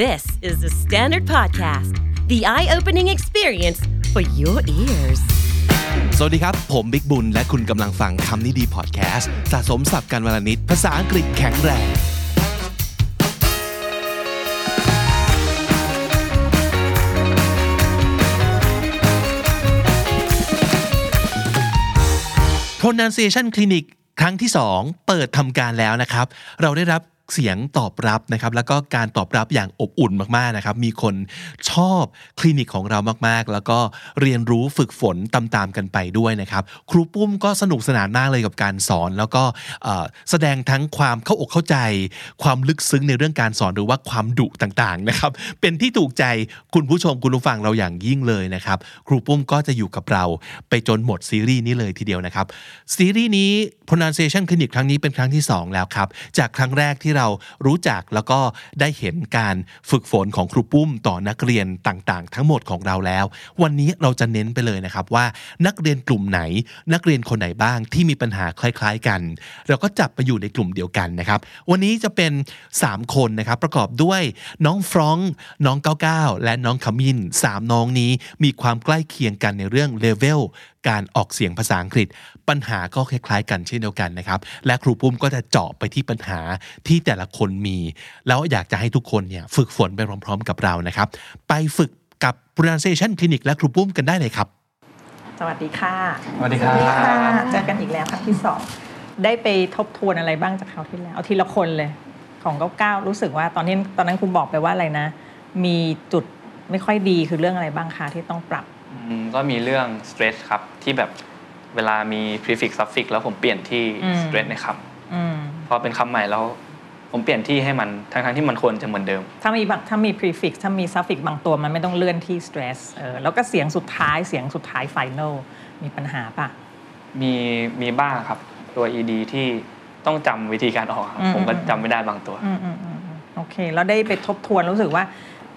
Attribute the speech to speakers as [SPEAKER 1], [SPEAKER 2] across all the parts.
[SPEAKER 1] This is the Standard Podcast, the eye opening experience for your ears.
[SPEAKER 2] สวัสดีครับ ผมบิ๊กบุญ และคุณกำลังฟังคำนี้ดีพอดแคสต์สะสมสับกันวลนิด ภาษาอังกฤษแข็งแรง pronunciation clinic ครั้งที่ 2 เปิดทำการแล้วนะครับ เราได้รับเสียงตอบรับนะครับ แล้วก็การตอบรับอย่างอบอุ่นมากๆนะครับ มีคนชอบคลินิกของเรามากๆ แล้วก็เรียนรู้ฝึกฝนตามๆกันไปด้วยนะครับ ครูปุ้มก็สนุกสนานมากเลยกับการสอน แล้วก็เอ่อแสดงทั้งความเข้าอกเข้าใจ ความลึกซึ้งในเรื่องการสอนหรือว่าความดุต่างๆนะครับ เป็นที่ถูกใจคุณผู้ชมคุณผู้ฟังเราอย่างยิ่งเลยนะครับ ครูปุ้มก็จะอยู่กับเราไปจนหมดซีรีส์นี้เลยทีเดียวนะครับ ซีรีส์นี้ pronunciation clinic ครั้งนี้เป็นครั้งที่ 2 แล้วครับ จากครั้งแรกที่เรารู้จักแล้วก็ได้เห็นการฝึกฝนของครูปุ้มต่อนักเรียนต่างๆ ทั้งหมดของเราแล้ว วันนี้เราจะเน้นไปเลยนะครับว่านักเรียนกลุ่มไหน นักเรียนคนไหนบ้างที่มีปัญหาคล้ายๆกัน เราก็จับไปอยู่ในกลุ่มเดียวกันนะครับ วันนี้จะเป็น 3 คนนะครับประกอบด้วยน้องฟรองก์น้อง99และน้องขมินสามน้องนี้มีความใกล้เคียงกันในเรื่องเลเวล การออกเสียงภาษาอังกฤษ ปัญหาก็คล้ายๆ กันเช่นเดียวกันนะครับ และครูปุ้มก็จะเจาะไปที่ปัญหาที่แต่ละคนมี แล้วอยากจะให้ทุกคนเนี่ยฝึกฝนไปพร้อมๆ กับเรานะครับ ไปฝึกกับ pronunciation clinic และครูปุ้มกันได้เลยครับ
[SPEAKER 3] สวัสดีค่ะ
[SPEAKER 4] สวัสดีครับ
[SPEAKER 3] เจอกันอีกแล้วครั้งที่สองได้ไปทบทวนอะไรบ้างจากคราวที่แล้ว เอาทีละคนเลย ของเก้าเก้ารู้สึกว่าตอนนี้ตอนนั้นคุณบอกไปว่าอะไรนะ มีจุดไม่ค่อยดีคือเรื่องอะไรบ้างคะที่ต้องปรับ
[SPEAKER 4] อืมก็มีเรื่อง stress ครับ ที่แบบเวลามี prefix suffix แล้วผมเปลี่ยนที่
[SPEAKER 3] อืม
[SPEAKER 4] stress นะครับ
[SPEAKER 3] อืม
[SPEAKER 4] พอเป็นคำใหม่แล้ว ผมเปลี่ยนที่ให้มันทั้งทั้งๆที่มันควรจะเหมือนเดิม
[SPEAKER 3] ถ้ามีบางถ้ามี prefix ถ้ามี suffix บางตัวมันไม่ต้องเลื่อนที่ stress เออแล้วก็เสียงสุดท้ายเสียงสุดท้าย final มีปัญหาปะ
[SPEAKER 4] มีมีบ้างครับ ตัว ed ที่ต้องจำวิธีการออกครับ
[SPEAKER 3] อืม
[SPEAKER 4] ผมก็จำไม่ได้บางตัว
[SPEAKER 3] อืมอืมอืมอืมโอเค แล้วได้ไปทบทวนรู้สึกว่า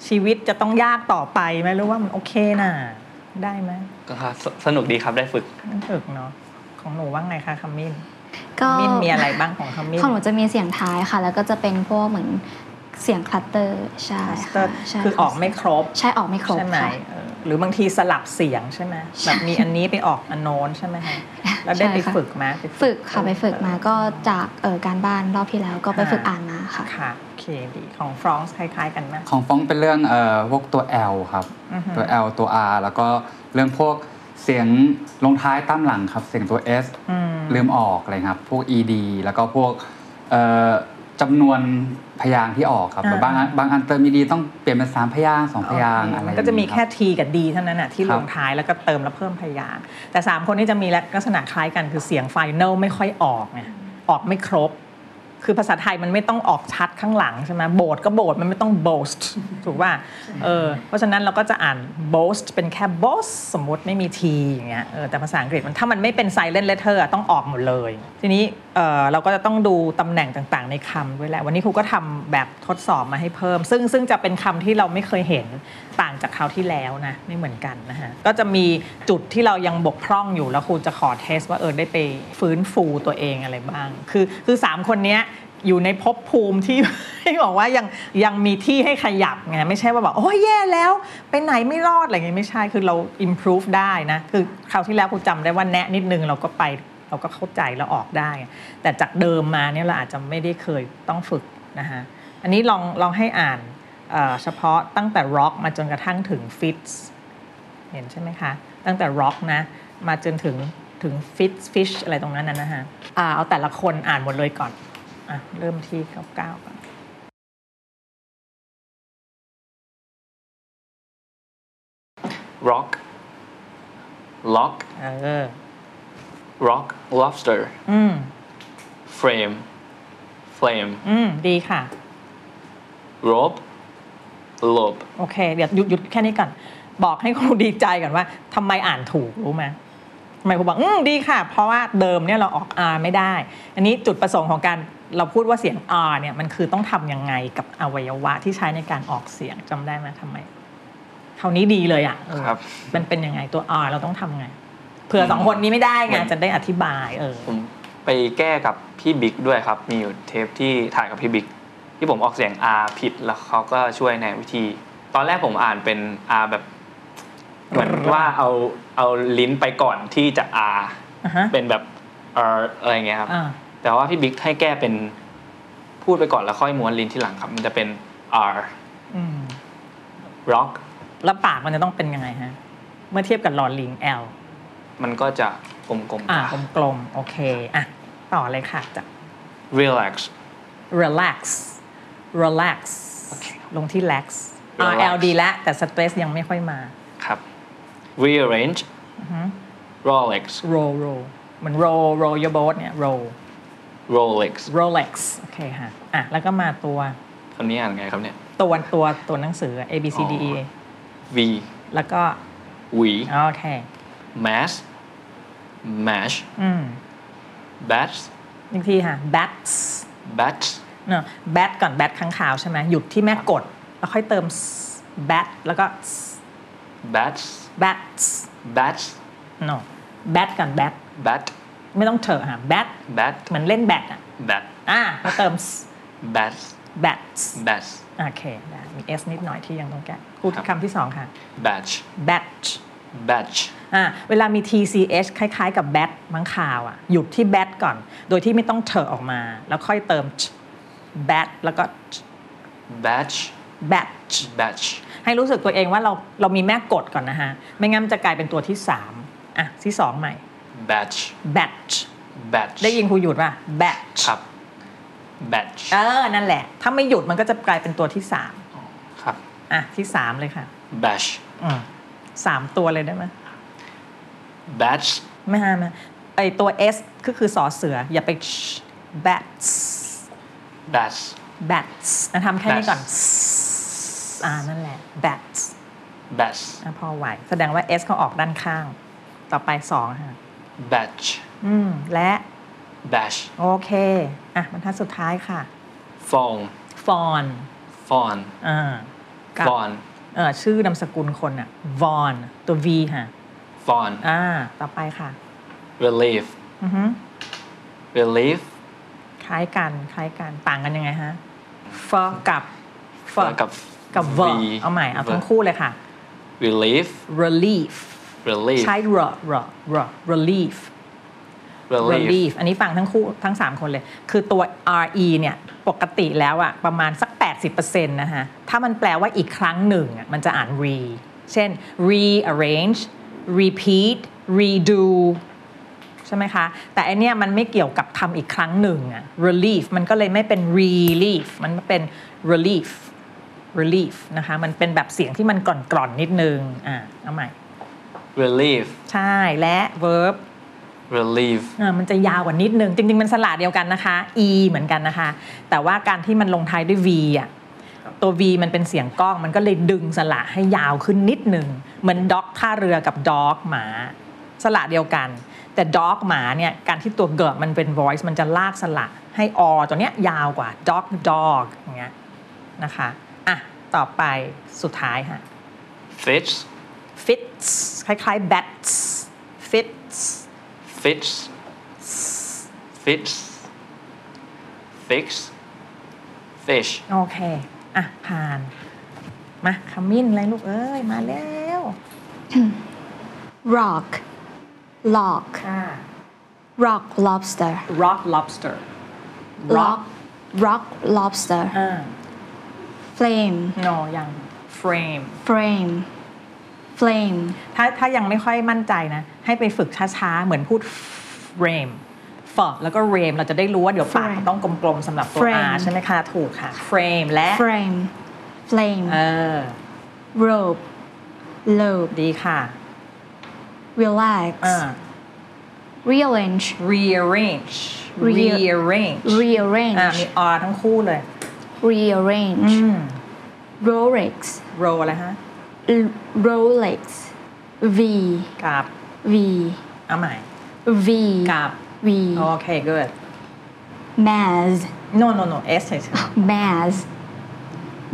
[SPEAKER 3] ชีวิตจะต้องยากต่อไปไหมหรือว่ามันโอเคน่ะได้ไหม
[SPEAKER 4] ก็สสนุกดีครับได้ฝึก
[SPEAKER 3] มันถึกเนาะของหนูว่าไงคะขมิ้นข
[SPEAKER 5] ก็
[SPEAKER 3] มิ้นมีอะไรบ้างของขมิ้น
[SPEAKER 5] ของหนูจะมีเสียงท้ายค่ะ แล้วก็จะเป็นพวกเหมือนเสียงคลัตเตอร์ใช่
[SPEAKER 3] คลัสเตอ
[SPEAKER 5] ค่ะ
[SPEAKER 3] ร์
[SPEAKER 5] ใช่
[SPEAKER 3] คือออกไม่ครบ
[SPEAKER 5] ใช่ออกไม่ครบ
[SPEAKER 3] ใช่ไหม
[SPEAKER 5] ค่ะ
[SPEAKER 3] เออหรือบางทีสลับเสียงใช่ไหม
[SPEAKER 5] ใช่
[SPEAKER 3] แบบมีอันนี้ไปออกอันโน้นใช่ไหมคะแล้วได้
[SPEAKER 5] ใช่
[SPEAKER 3] ไป
[SPEAKER 5] ค่ะ
[SPEAKER 3] ฝึกไหมไป
[SPEAKER 5] ฝึกค่ะไปฝึกมา
[SPEAKER 3] เออ
[SPEAKER 5] ก็จากเอ่อการบ้านรอบที่แล้วก็ไป
[SPEAKER 3] ค่ะ
[SPEAKER 5] ฝึกอ่านมาค่ะ
[SPEAKER 3] ค่ะโอเคดีของฟรองส์คล้าย ๆ กันไหม
[SPEAKER 6] ของฟ้องเป็นเรื่องเอ่อพวกตัว L ครับ
[SPEAKER 3] อือฮึ
[SPEAKER 6] ตัว L ตัว R แล้วก็เรื่องพวกเสียงลงท้ายตามหลังครับ เสียงตัว S
[SPEAKER 3] อืม
[SPEAKER 6] ลืมออกอะไรครับ พวก ED แล้วก็พวกเอ่อจำนวนพยางค์ที่ออกครับ
[SPEAKER 3] อ่า
[SPEAKER 6] แบบบางอันบางอันเติม ED ต้องเปลี่ยนเป็นสามพยางค์สองพยางค์
[SPEAKER 3] โอเค
[SPEAKER 6] อะไร
[SPEAKER 3] มันก็จะมี
[SPEAKER 6] อย่าง
[SPEAKER 3] แค่
[SPEAKER 6] นี้รับ
[SPEAKER 3] T กับ D เท่านั้นน่ะที่
[SPEAKER 6] ครั
[SPEAKER 3] ล
[SPEAKER 6] บ
[SPEAKER 3] งท้ายแล้วก็เติมแล้วเพิ่มพยางค์แต่ 3 คนนี้จะมีลักษณะคล้ายกันคือเสียงไฟน a ลไม่ค่อยออกไงออกไม่ครบ คือภาษาไทยมันไม่ต้องออกชัดข้างหลังใช่ไหมโบสก็โบสมันไม่ต้อง boast ถูกป่ะเออเพราะฉะนั้นเราก็จะอ่าน boast เป็นแค่ boast สมมติไม่มี t อย่างเงี้ยเออแต่ภาษาอังกฤษมันถ้ามันไม่เป็น silent letter อะต้องออกหมดเลย ทีนี้เออเราก็จะต้องดูตำแหน่งต่างๆในคำด้วยแหละ วันนี้ครูก็ทำแบบทดสอบมาให้เพิ่ม ซึ่งซึ่งจะเป็นคำที่เราไม่เคยเห็นต่างจากคราวที่แล้วนะ ไม่เหมือนกันนะฮะ ก็จะมีจุดที่เรายังบกพร่องอยู่แล้วครูจะขอเทสว่าเออได้ไปฟื้นฟูตัวเองอะไรบ้าง คือคือสามคนเนี้ย อยู่ในภพภูมิที่ ที่บอกว่ายังยังมีที่ให้ขยับไงไม่ใช่ว่าแบบโอ้ยแย่แล้วไปไหนไม่รอดอะไรเงี้ยไม่ใช่คือเรา improve ได้นะ คือคราวที่แล้วครูจำได้ว่าแนะนิดนึงเราก็ไปเราก็เข้าใจแล้วออกได้ แต่จากเดิมมาเนี่ยเราอาจจะไม่ได้เคยต้องฝึกนะฮะ อันนี้ลองลองให้อ่านเอ่อเฉพาะตั้งแต่ rock มาจนกระทั่งถึง fits เห็นใช่ไหมคะ ตั้งแต่ rock นะ มาจนถึงถึง fits fish อะไรตรงนั้นนะนะฮะอ่าเอาแต่ละคนอ่านหมดเลยก่อน อ่ะ เริ่มที่เก้าเก้าก่อน
[SPEAKER 4] rock lock
[SPEAKER 3] เออ
[SPEAKER 4] rock lobster
[SPEAKER 3] อืม
[SPEAKER 4] frame flame
[SPEAKER 3] อืม ดีค่ะ
[SPEAKER 4] rope lobe
[SPEAKER 3] โอเค เดี๋ยวหยุดหยุดแค่นี้ก่อน บอกให้ครูดีใจก่อนว่าทำไมอ่านถูกรู้ไหมทำไมครูบอก อืม ดีค่ะ เพราะว่าเดิมเนี่ยเราออก R ไม่ได้ อันนี้จุดประสงค์ของการเราพูดว่าเสียง R เนี่ย มันคือต้องทำยังไงกับอวัยวะที่ใช้ในการออกเสียงจำได้ไหมทำไมคราวนี้ดีเลยอ่ะเออ
[SPEAKER 4] ครับ
[SPEAKER 3] มันเป็นยังไงตัว R เราต้องทำไงเผื่อสองคนนี้ไม่ได้ไง
[SPEAKER 4] มัน
[SPEAKER 3] จะได้อธิบายเออ
[SPEAKER 4] ผมไปแก้กับพี่บิ๊กด้วยครับ มีอยู่เทปที่ถ่ายกับพี่บิ๊ก ที่ผมออกเสียง R ผิดแล้วเขาก็ช่วยในวิธี ตอนแรกผมอ่านเป็น R แบบ เหมือนว่าเอาเอาลิ้นไปก่อนที่จะ R
[SPEAKER 3] อ่าฮะ
[SPEAKER 4] เป็นแบบ R อะไรอย่างเงี้ยครับ
[SPEAKER 3] อ่า
[SPEAKER 4] แต่ว่าพี่บิ๊กให้แก้เป็นพูดไปก่อนแล้วค่อยม้วนลิ้นที่หลังครับ มันจะเป็น R
[SPEAKER 3] อืม
[SPEAKER 4] rock
[SPEAKER 3] แล้วปากมันจะต้องเป็นยังไงฮะ เมื่อเทียบกับหลอดลิงแอล
[SPEAKER 4] มันก็จะกลมๆ
[SPEAKER 3] อ่า
[SPEAKER 4] ครับ
[SPEAKER 3] กลมๆ โอเค อ่ะ ต่อเลยค่ะจาก
[SPEAKER 4] relax
[SPEAKER 3] relax relax ลงที่ lax R L
[SPEAKER 4] relax
[SPEAKER 3] D แล้วแต่ stress ยังไม่ค่อยมา
[SPEAKER 4] ครับ rearrange
[SPEAKER 3] อือฮึ
[SPEAKER 4] rolex
[SPEAKER 3] roll roll เหมัน roll roll your boat เนี่ย roll
[SPEAKER 4] rolex
[SPEAKER 3] rolex โอเคค่ะ อ่ะ แล้วก็มาตัว
[SPEAKER 4] คำนี้อ่านไงครับเนี่ย
[SPEAKER 3] ตัวตัวตัวหนังสือ A B C D E
[SPEAKER 4] อ๋อ v
[SPEAKER 3] แล้วก็
[SPEAKER 4] v
[SPEAKER 3] โอเค
[SPEAKER 4] mass mash
[SPEAKER 3] อืม
[SPEAKER 4] bats
[SPEAKER 3] อีกทีค่ะ bats
[SPEAKER 4] bats
[SPEAKER 3] เนอะ bat ก่อน bat ค้างคาวใช่ไหมหยุดที่แม่กด แล้วค่อยเติม s bat แล้วก็ s
[SPEAKER 4] bats
[SPEAKER 3] bats
[SPEAKER 4] bats
[SPEAKER 3] เนอะ bat ก่อน bat
[SPEAKER 4] bat
[SPEAKER 3] ไม่ต้องเถอะค่ะ bat
[SPEAKER 4] bat
[SPEAKER 3] เหมือนเล่นแบดอ่ะ
[SPEAKER 4] bat
[SPEAKER 3] อ่าก็เติม s
[SPEAKER 4] bats
[SPEAKER 3] bats
[SPEAKER 4] bats
[SPEAKER 3] โอเคได้มี s นิดหน่อยที่ยังต้องแก้พูดคำที่สองค่ะ
[SPEAKER 4] batch
[SPEAKER 3] batch
[SPEAKER 4] batch
[SPEAKER 3] อ่าเวลามี tch คล้ายๆ กับ bat มังคาวอ่ะ หยุดที่ bat ก่อน โดยที่ไม่ต้องเถอะออกมา แล้วค่อยเติม ch bat แล้วก็ ch
[SPEAKER 4] batch
[SPEAKER 3] batch
[SPEAKER 4] batch
[SPEAKER 3] ให้รู้สึกตัวเองว่าเราเรามีแม่กดก่อนนะฮะ ไม่งั้นมันจะกลายเป็นตัวที่ 3 อ่ะ ที่ 2 ใหม่
[SPEAKER 4] batch
[SPEAKER 3] batch
[SPEAKER 4] batch
[SPEAKER 3] ได้ยินครูหยุดป่ะ batch
[SPEAKER 4] ครับ batch
[SPEAKER 3] เออ นั่นแหละ ถ้าไม่หยุดมันก็จะกลายเป็นตัวที่ 3
[SPEAKER 4] ครับ
[SPEAKER 3] อ่ะ ที่ 3 เลยค่ะ
[SPEAKER 4] bash
[SPEAKER 3] อืมสามตัวเลยได้ไหม
[SPEAKER 4] batch
[SPEAKER 3] ไม่ห้ามนะไอตัว s ก็คือสอเสือ อย่าไป sh bats
[SPEAKER 4] bats
[SPEAKER 3] bats นะทำแค่นี้ก่อน
[SPEAKER 4] Bats
[SPEAKER 3] s อ่านั่นแหละ bats
[SPEAKER 4] bats
[SPEAKER 3] อ่ะพอไหว แสดงว่า s เขาออกด้านข้าง ต่อไป2ค่ะ
[SPEAKER 4] batch
[SPEAKER 3] อืมและ
[SPEAKER 4] bash
[SPEAKER 3] โอเค อ่ะบรรทัดสุดท้ายค่ะ
[SPEAKER 4] fawn
[SPEAKER 3] ฟอน
[SPEAKER 4] ฟอน
[SPEAKER 3] อ่ากับ
[SPEAKER 4] ฟอน
[SPEAKER 3] เออชื่อนามสกุลคนอ่ะวอนตัว V ค่ะ
[SPEAKER 4] ฟอน
[SPEAKER 3] อ่า ต่อไปค่ะ
[SPEAKER 4] relief
[SPEAKER 3] อือฮึ
[SPEAKER 4] Mm-hmm. relief
[SPEAKER 3] คล้ายกัน คล้ายกัน ต่างกันยังไงฮะ f กับ f
[SPEAKER 4] กับ
[SPEAKER 3] กับ v
[SPEAKER 4] V
[SPEAKER 3] เอาใหม่ เอาทั้ง
[SPEAKER 4] V
[SPEAKER 3] คู่เลยค่ะ
[SPEAKER 4] relief
[SPEAKER 3] relief
[SPEAKER 4] relief
[SPEAKER 3] ใช้ r r r relief
[SPEAKER 4] relief
[SPEAKER 3] relief อันนี้ฟังทั้งคู่ทั้ง 3 คนเลย คือตัว re เนี่ย ปกติแล้วอะประมาณสัก 80%นะฮะ ถ้ามันแปลว่าอีกครั้งหนึ่งอะมันจะอ่าน re เช่น rearrange repeat redo ใช่ไหมคะ แต่อันเนี้ยมันไม่เกี่ยวกับทำอีกครั้งหนึ่งอะ relief มันก็เลยไม่เป็น relief มันเป็น relief relief นะคะ มันเป็นแบบเสียงที่มันกร่อนๆนิดนึง อ่ะเอาใหม่
[SPEAKER 4] relief
[SPEAKER 3] ใช่และ verb
[SPEAKER 4] relief
[SPEAKER 3] อ่ามันจะยาวกว่านิดนึง จริง ๆ มันสระเดียวกันนะคะ e เหมือนกันนะคะ แต่ว่าการที่มันลงท้ายด้วย v อ่ะตัว v มันเป็นเสียงกล้อง มันก็เลยดึงสระให้ยาวขึ้นนิดนึง เหมือนด็อกท่าเรือกับด็อกหมา สระเดียวกัน แต่ด็อกหมาเนี่ยการที่ตัวเกิดมันเป็น voice มันจะลากสระให้อตัวเนี้ยยาวกว่า dog dog อย่างเงี้ยนะคะอ่ะต่อไปสุดท้ายค่ะ
[SPEAKER 4] fits
[SPEAKER 3] fits คล้ายๆ bats fits
[SPEAKER 4] fits fits fix fish
[SPEAKER 3] โอเค อ่ะ ผ่าน มาขมิ้นเลยลูกเอ้ย มาแล้ว
[SPEAKER 5] rock lock
[SPEAKER 3] ค่ะ
[SPEAKER 5] rock lobster
[SPEAKER 3] rock lobster
[SPEAKER 5] rock rock lobster
[SPEAKER 3] อ่า
[SPEAKER 5] flame
[SPEAKER 3] no ยัง frame
[SPEAKER 5] frame flame
[SPEAKER 3] ถ้าถ้ายังไม่ค่อยมั่นใจนะ ให้ไปฝึกช้าๆ เหมือนพูด frame ฝอแล้วก็ rame เราจะได้รู้ว่าเดี๋ยวปาก
[SPEAKER 5] Frame
[SPEAKER 3] มันต้องกลมๆสำหรับตัว
[SPEAKER 5] Frame
[SPEAKER 3] R ใช่ไหมคะ ถูกค่ะ frame และ
[SPEAKER 5] frame flame
[SPEAKER 3] เออ
[SPEAKER 5] rope lobe
[SPEAKER 3] ดีค่ะ
[SPEAKER 5] relax
[SPEAKER 3] อ่า
[SPEAKER 5] rearrange
[SPEAKER 3] rearrange
[SPEAKER 5] Rea-
[SPEAKER 3] rearrange
[SPEAKER 5] rearrange
[SPEAKER 3] อ่ามี R ทั้งคู่เลย
[SPEAKER 5] rearrange
[SPEAKER 3] อืม
[SPEAKER 5] rolex
[SPEAKER 3] row อะไรฮะ
[SPEAKER 5] L- rolex v
[SPEAKER 3] กับ
[SPEAKER 5] v
[SPEAKER 3] เอาใหม่
[SPEAKER 5] v
[SPEAKER 3] กับ
[SPEAKER 5] v
[SPEAKER 3] โอเค good
[SPEAKER 5] maz
[SPEAKER 3] no no no S เฉย
[SPEAKER 5] maz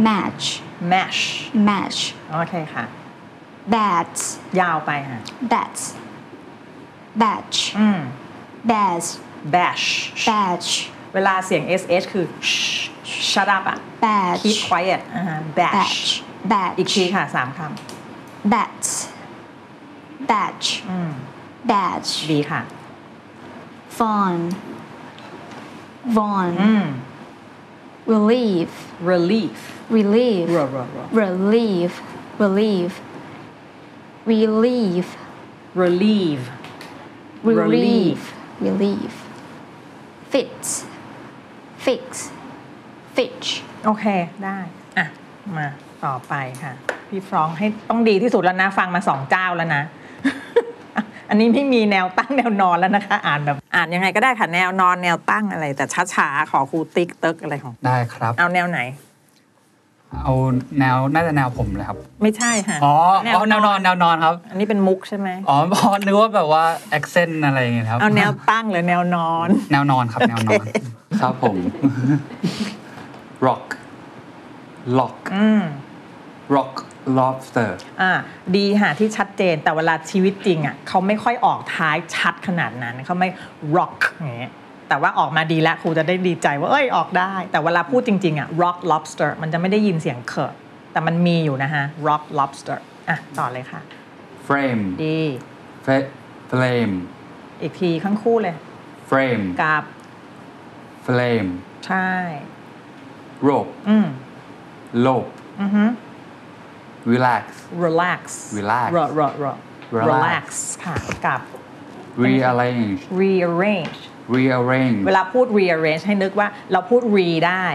[SPEAKER 5] match
[SPEAKER 3] ๆ mesh
[SPEAKER 5] match
[SPEAKER 3] โอเคค่ะ
[SPEAKER 5] bats
[SPEAKER 3] ยาวไปค่ะ
[SPEAKER 5] bats batch
[SPEAKER 3] อืม
[SPEAKER 5] bash
[SPEAKER 3] bash
[SPEAKER 5] batch
[SPEAKER 3] เวลาเสียง sh คือ shh shut up อะ
[SPEAKER 5] batch
[SPEAKER 3] keep quiet อ่าฮะ batch
[SPEAKER 5] batch batch
[SPEAKER 3] อีกทีค่ะสามค
[SPEAKER 5] batch batch
[SPEAKER 3] ำอืม
[SPEAKER 5] batch
[SPEAKER 3] ดีค่ะ
[SPEAKER 5] fawn fawn
[SPEAKER 3] อืม
[SPEAKER 5] relief
[SPEAKER 3] relief
[SPEAKER 5] relief
[SPEAKER 3] r r r
[SPEAKER 5] relief relief relief
[SPEAKER 3] relief
[SPEAKER 5] relief relief fit fix fitch
[SPEAKER 3] โอเค ได้ อ่ะ มาต่อไปค่ะ พี่ฟรองก์ให้ต้องดีที่สุดแล้วนะ ฟังมาสองเจ้าแล้วนะ อันนี้ไม่มีแนวตั้งแนวนอนแล้วนะคะ อ่านแบบ อ่านยังไงก็ได้ค่ะ แนวนอนแนวตั้งอะไร แต่ช้าๆ ขอครูติ๊กเติ๊กอะไรของ
[SPEAKER 6] ได้ครับ
[SPEAKER 3] เอาแนวไหน
[SPEAKER 6] เอาแนวน่าจะแนวผมเลยครับ
[SPEAKER 3] ไม่ใช่ค่ะ
[SPEAKER 6] อ๋ออ๋อแนวนอนแนวนอนครับ
[SPEAKER 3] อันนี้เป็นมุกใช่ไหม
[SPEAKER 6] อ๋อ พอนึกว่าแบบว่า accent อะไรอย่างเงี้ยครับ
[SPEAKER 3] เอาแนวตั้งหรือแนวนอน
[SPEAKER 6] แนวนอน ครับ แนวนอน ครับผม rock lock
[SPEAKER 3] อืม
[SPEAKER 6] rock lobster
[SPEAKER 3] อ่าดีค่ะที่ชัดเจนแต่เวลาชีวิตจริงอ่ะเขาไม่ค่อยออกท้ายชัดขนาดนั้นเขาไม่ rock อย่างเงี้ยแต่ว่าออกมาดีแล้วครูจะได้ดีใจว่าเอ้ยออกได้ แต่เวลาพูดจริง ๆ อ่ะ rock lobster มันจะไม่ได้ยินเสียงเคอะแต่มันมีอยู่นะฮะ rock lobster อ่ะต่อเลยค่ะ
[SPEAKER 6] frame
[SPEAKER 3] ดี
[SPEAKER 6] Fra- flame
[SPEAKER 3] อีกทีข้างคู่เลย
[SPEAKER 6] frame
[SPEAKER 3] กับ
[SPEAKER 6] flame
[SPEAKER 3] ใช่
[SPEAKER 6] rope
[SPEAKER 3] อืม
[SPEAKER 6] lope
[SPEAKER 3] อือฮึ
[SPEAKER 6] relax
[SPEAKER 3] relax
[SPEAKER 6] Relax
[SPEAKER 3] r r r
[SPEAKER 6] Relax
[SPEAKER 3] relax ค่ะกับ
[SPEAKER 6] rearrange
[SPEAKER 3] rearrange
[SPEAKER 6] rearrange
[SPEAKER 3] เวลาพูด rearrange ให้นึกว่าเราพูด re ได้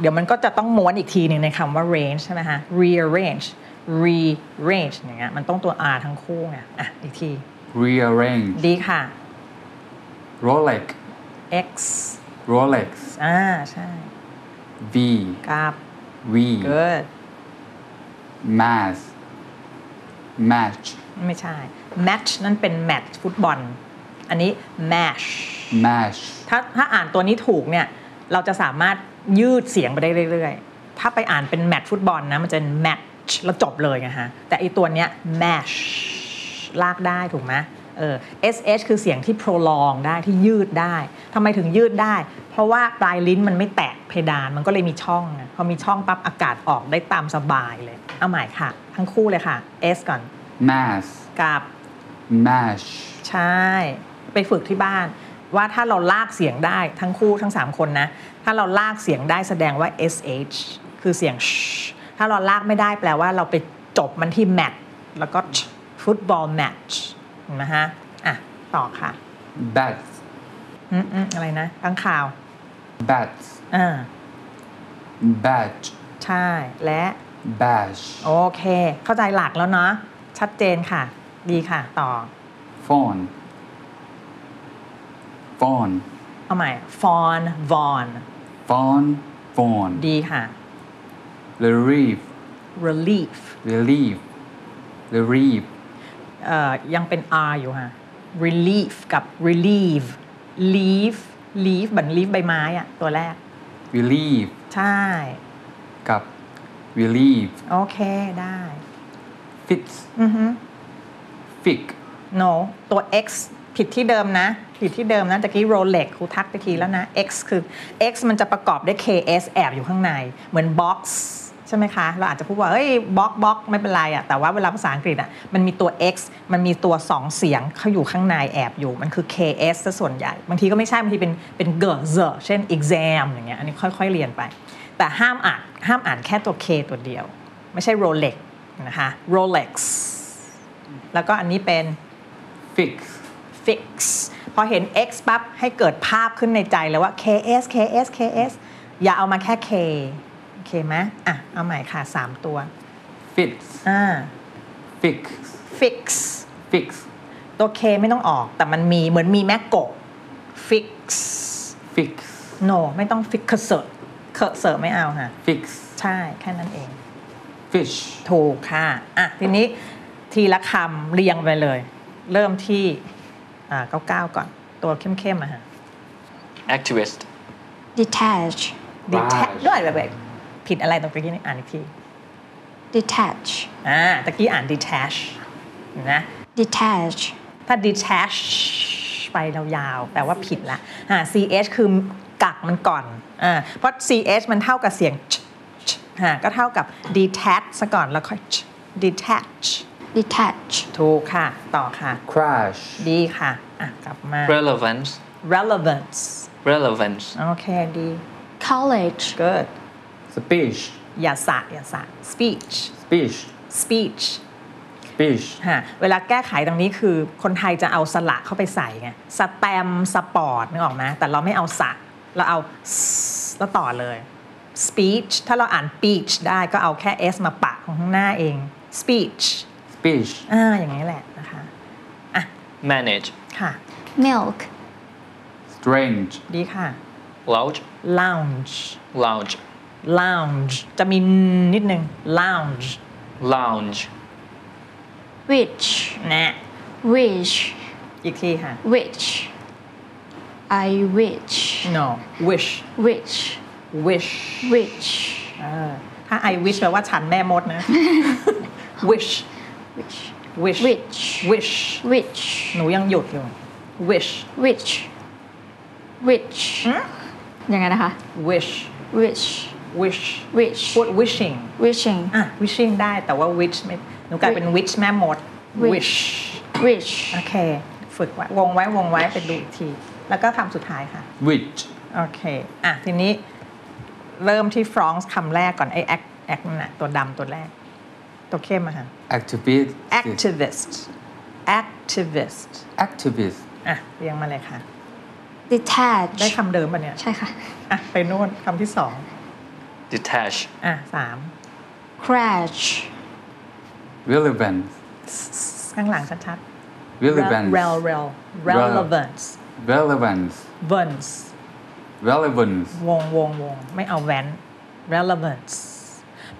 [SPEAKER 3] เดี๋ยวมันก็จะต้องม้วนอีกทีหนึ่งในคำว่า range ใช่ไหมฮะ rearrange rearrange อย่างเงี้ยมันต้องตัว r ทั้งคู่ไงอ่ะอีกที
[SPEAKER 6] rearrange
[SPEAKER 3] ดีค่ะ
[SPEAKER 6] rolex
[SPEAKER 3] x
[SPEAKER 6] rolex
[SPEAKER 3] อ่าใช่
[SPEAKER 6] v
[SPEAKER 3] กับ
[SPEAKER 6] v
[SPEAKER 3] good
[SPEAKER 6] mass match
[SPEAKER 3] ไม่ใช่ match นั่นเป็น match ฟุตบอล อันนี้ mash
[SPEAKER 6] mash
[SPEAKER 3] ถ้าถ้าอ่านตัวนี้ถูกเนี่ย เราจะสามารถยืดเสียงไปได้เรื่อยๆ ถ้าไปอ่านเป็นแมตช์ฟุตบอลนะ มันจะแมตช์แล้วจบเลยไงฮะ แต่ไอีตัวเนี้ยแมชลากได้ถูกไหมเออ sh คือเสียงที่ prolong ได้ที่ยืดได้ทำไมถึงยืดได้ เพราะว่าปลายลิ้นมันไม่แตะเพดานมันก็เลยมีช่องไงพอมีช่องปั๊บอากาศออกได้ตามสบายเลย เอาใหม่ค่ะ ทั้งคู่เลยค่ะ s ก่อน
[SPEAKER 6] mass
[SPEAKER 3] กับ
[SPEAKER 6] mash
[SPEAKER 3] ใช่ ไปฝึกที่บ้าน ว่าถ้าเราลากเสียงได้ทั้งคู่ทั้ง 3 คนนะ ถ้าเราลากเสียงได้แสดงว่า sh คือเสียง sh ถ้าเราลากไม่ได้แปลว่าเราไปจบมันที่แมตช์แล้วก็ฟุตบอลแมตช์เห็นไหมฮะ อ่ะ ต่อค่ะ
[SPEAKER 6] bats
[SPEAKER 3] อืมอืมอะไรนะตั้างข่าว
[SPEAKER 6] bats
[SPEAKER 3] อ่า
[SPEAKER 6] batch
[SPEAKER 3] ใช่ และ
[SPEAKER 6] bash
[SPEAKER 3] โอเค เข้าใจหลักแล้วเนาะชัดเจนค่ะ ดีค่ะ ต่อ
[SPEAKER 6] phone phone
[SPEAKER 3] เอาใหม่ฟอนวอน
[SPEAKER 6] phone phone
[SPEAKER 3] ดีค่ะ
[SPEAKER 6] relief
[SPEAKER 3] relief
[SPEAKER 6] relief relief
[SPEAKER 3] เอ่อยังเป็น R อยู่ค่ะ relief กับ relieve leave leave บัน leave ใบไม้อะตัวแรก
[SPEAKER 6] relief
[SPEAKER 3] ใช่
[SPEAKER 6] กับ relief
[SPEAKER 3] โอเคได้
[SPEAKER 6] fits
[SPEAKER 3] อือฮึ
[SPEAKER 6] fig
[SPEAKER 3] no ตัว x ผิดที่เดิมนะ ผิดที่เดิมนะตะกี้ Rolex ครูทักตะกี้แล้วนะ x คือ x มันจะประกอบด้วย ks แอบอยู่ข้างใน เหมือน box ใช่ไหมคะ เราอาจจะพูดว่า เฮ้ย box box ไม่เป็นไรอะแต่ว่าเวลาภาษาอังกฤษอะมันมีตัว x มันมีตัว 2 เสียงเขาอยู่ข้างในแอบอยู่ มันคือ ks ซะส่วนใหญ่ บางทีก็ไม่ใช่ บางทีเป็นเป็น g z เช่น exam อย่างเงี้ย อันนี้ค่อยๆเรียนไป แต่ห้ามอ่านห้ามอ่านแค่ตัว k ตัวเดียว ไม่ใช่ Rolex นะคะ Rolex แล้วก็อันนี้เป็น
[SPEAKER 6] fix
[SPEAKER 3] fix พอเห็น x ปั๊บให้เกิดภาพขึ้นในใจเลยว่า ks ks ks อย่าเอามาแค่ k โอเคไหมอ่ะ เอาใหม่ค่ะ 3 ตัว
[SPEAKER 6] fits
[SPEAKER 3] อ่า
[SPEAKER 6] fix
[SPEAKER 3] fix
[SPEAKER 6] fix
[SPEAKER 3] ตัว k ไม่ต้องออกแต่มันมีเหมือนมีแม่กบ fix
[SPEAKER 6] fix
[SPEAKER 3] no ไม่ต้อง fix เคอร์เซอร์เคอร์เซอร์ไม่เอาค่ะ
[SPEAKER 6] fix
[SPEAKER 3] ใช่แค่นั้นเอง
[SPEAKER 6] fish
[SPEAKER 3] ถูกค่ะ อ่ะ ทีนี้ทีละคำเรียงไปเลย เริ่มที่ อ่าเก้าเก้าก่อนตัวเข้มๆอะค่ะ
[SPEAKER 4] activist
[SPEAKER 5] detach
[SPEAKER 3] detach
[SPEAKER 6] Right.
[SPEAKER 3] ด้วยแบบผิดอะไรตรงตะกี้นี่อ่านอีกที
[SPEAKER 5] detach
[SPEAKER 3] อ่าตะกี้อ่าน detach เห็นะ
[SPEAKER 5] detach
[SPEAKER 3] ถ้า detach ไปยาวๆแปลว่าผิดละอ่า ch คือ กักมันก่อนอ่าเพราะ ch มันเท่ากับเสียง ch ch อ่าก็เท่ากับ detach ซะก่อนแล้วค่อย ch detach
[SPEAKER 5] detach
[SPEAKER 3] ถูกค่ะ ต่อค่ะ
[SPEAKER 6] crash
[SPEAKER 3] ดีค่ะ อ่ะ กลับมา
[SPEAKER 4] relevance
[SPEAKER 3] relevance
[SPEAKER 4] relevance
[SPEAKER 3] โอเคดี
[SPEAKER 5] college
[SPEAKER 3] good
[SPEAKER 6] speech
[SPEAKER 3] อย่าสะอย่าสะ speech
[SPEAKER 6] speech
[SPEAKER 3] speech
[SPEAKER 6] speech
[SPEAKER 3] ฮะเวลาแก้ไขตรงนี้คือคนไทยจะเอาสระเข้าไปใส่ไงสแตมสปอร์ตนึกออกไหมแต่เราไม่เอาสะ เราเอาสแล้วต่อเลย speech ถ้าเราอ่าน speech ได้ก็เอาแค่ s มาปะของข้างหน้าเอง speech
[SPEAKER 6] speech
[SPEAKER 3] อ่าอย่างนี้แหละนะคะ
[SPEAKER 4] manage
[SPEAKER 3] ค่ะ
[SPEAKER 5] milk
[SPEAKER 6] strange
[SPEAKER 3] ดีค่ะ
[SPEAKER 4] lounge
[SPEAKER 3] lounge
[SPEAKER 4] lounge
[SPEAKER 3] lounge จะมีนิดนึง lounge
[SPEAKER 4] lounge
[SPEAKER 5] which
[SPEAKER 3] นะ
[SPEAKER 5] wish
[SPEAKER 3] อีกทีค่ะ
[SPEAKER 5] which I wish
[SPEAKER 3] no wish
[SPEAKER 5] which
[SPEAKER 3] wish
[SPEAKER 5] which
[SPEAKER 3] เออถ้า I wish แปลว่าฉันแม่มดนะ wish
[SPEAKER 5] which
[SPEAKER 3] wish
[SPEAKER 5] which
[SPEAKER 3] wish
[SPEAKER 5] which
[SPEAKER 3] หนูยังหยุดอยู่ wish
[SPEAKER 5] which which
[SPEAKER 3] Hmm?
[SPEAKER 5] ยังไงนะคะ
[SPEAKER 3] wish
[SPEAKER 5] which
[SPEAKER 3] wish
[SPEAKER 5] which
[SPEAKER 3] พูด wishing
[SPEAKER 5] wishing
[SPEAKER 3] อ่ะ wishing ได้แต่ว่า wish ไม่หนูกลายเป็น wish แม่มด
[SPEAKER 5] Wish
[SPEAKER 3] wish
[SPEAKER 5] which
[SPEAKER 3] โอเค ฝึกไว้วงไว้วงไว้ไปดูอีกที แล้วก็คำสุดท้ายค่ะ
[SPEAKER 6] which
[SPEAKER 3] โอเค อ่ะ ทีนี้เริ่มที่ฟรองส์คำแรกก่อน ไอ้ act act นั่นน่ะตัวดำตัวแรก ตัวเข้มอะค่ะ
[SPEAKER 6] activist
[SPEAKER 3] activist activist
[SPEAKER 6] activist
[SPEAKER 3] อ่ะเรียงมาเลยค่ะ
[SPEAKER 5] detach
[SPEAKER 3] ได้คำเดิมปะเนี่ย
[SPEAKER 5] ใช่ค่ะ
[SPEAKER 3] อ่ะ ไปโน่นคำที่สอง
[SPEAKER 4] detach
[SPEAKER 3] อ่ะสาม
[SPEAKER 5] crash
[SPEAKER 6] relevance
[SPEAKER 3] ข้างหลังชัดๆ
[SPEAKER 6] relevance
[SPEAKER 3] rel rel relevance
[SPEAKER 6] relevance
[SPEAKER 3] vance
[SPEAKER 6] relevance
[SPEAKER 3] วงวงวงไม่เอา van relevance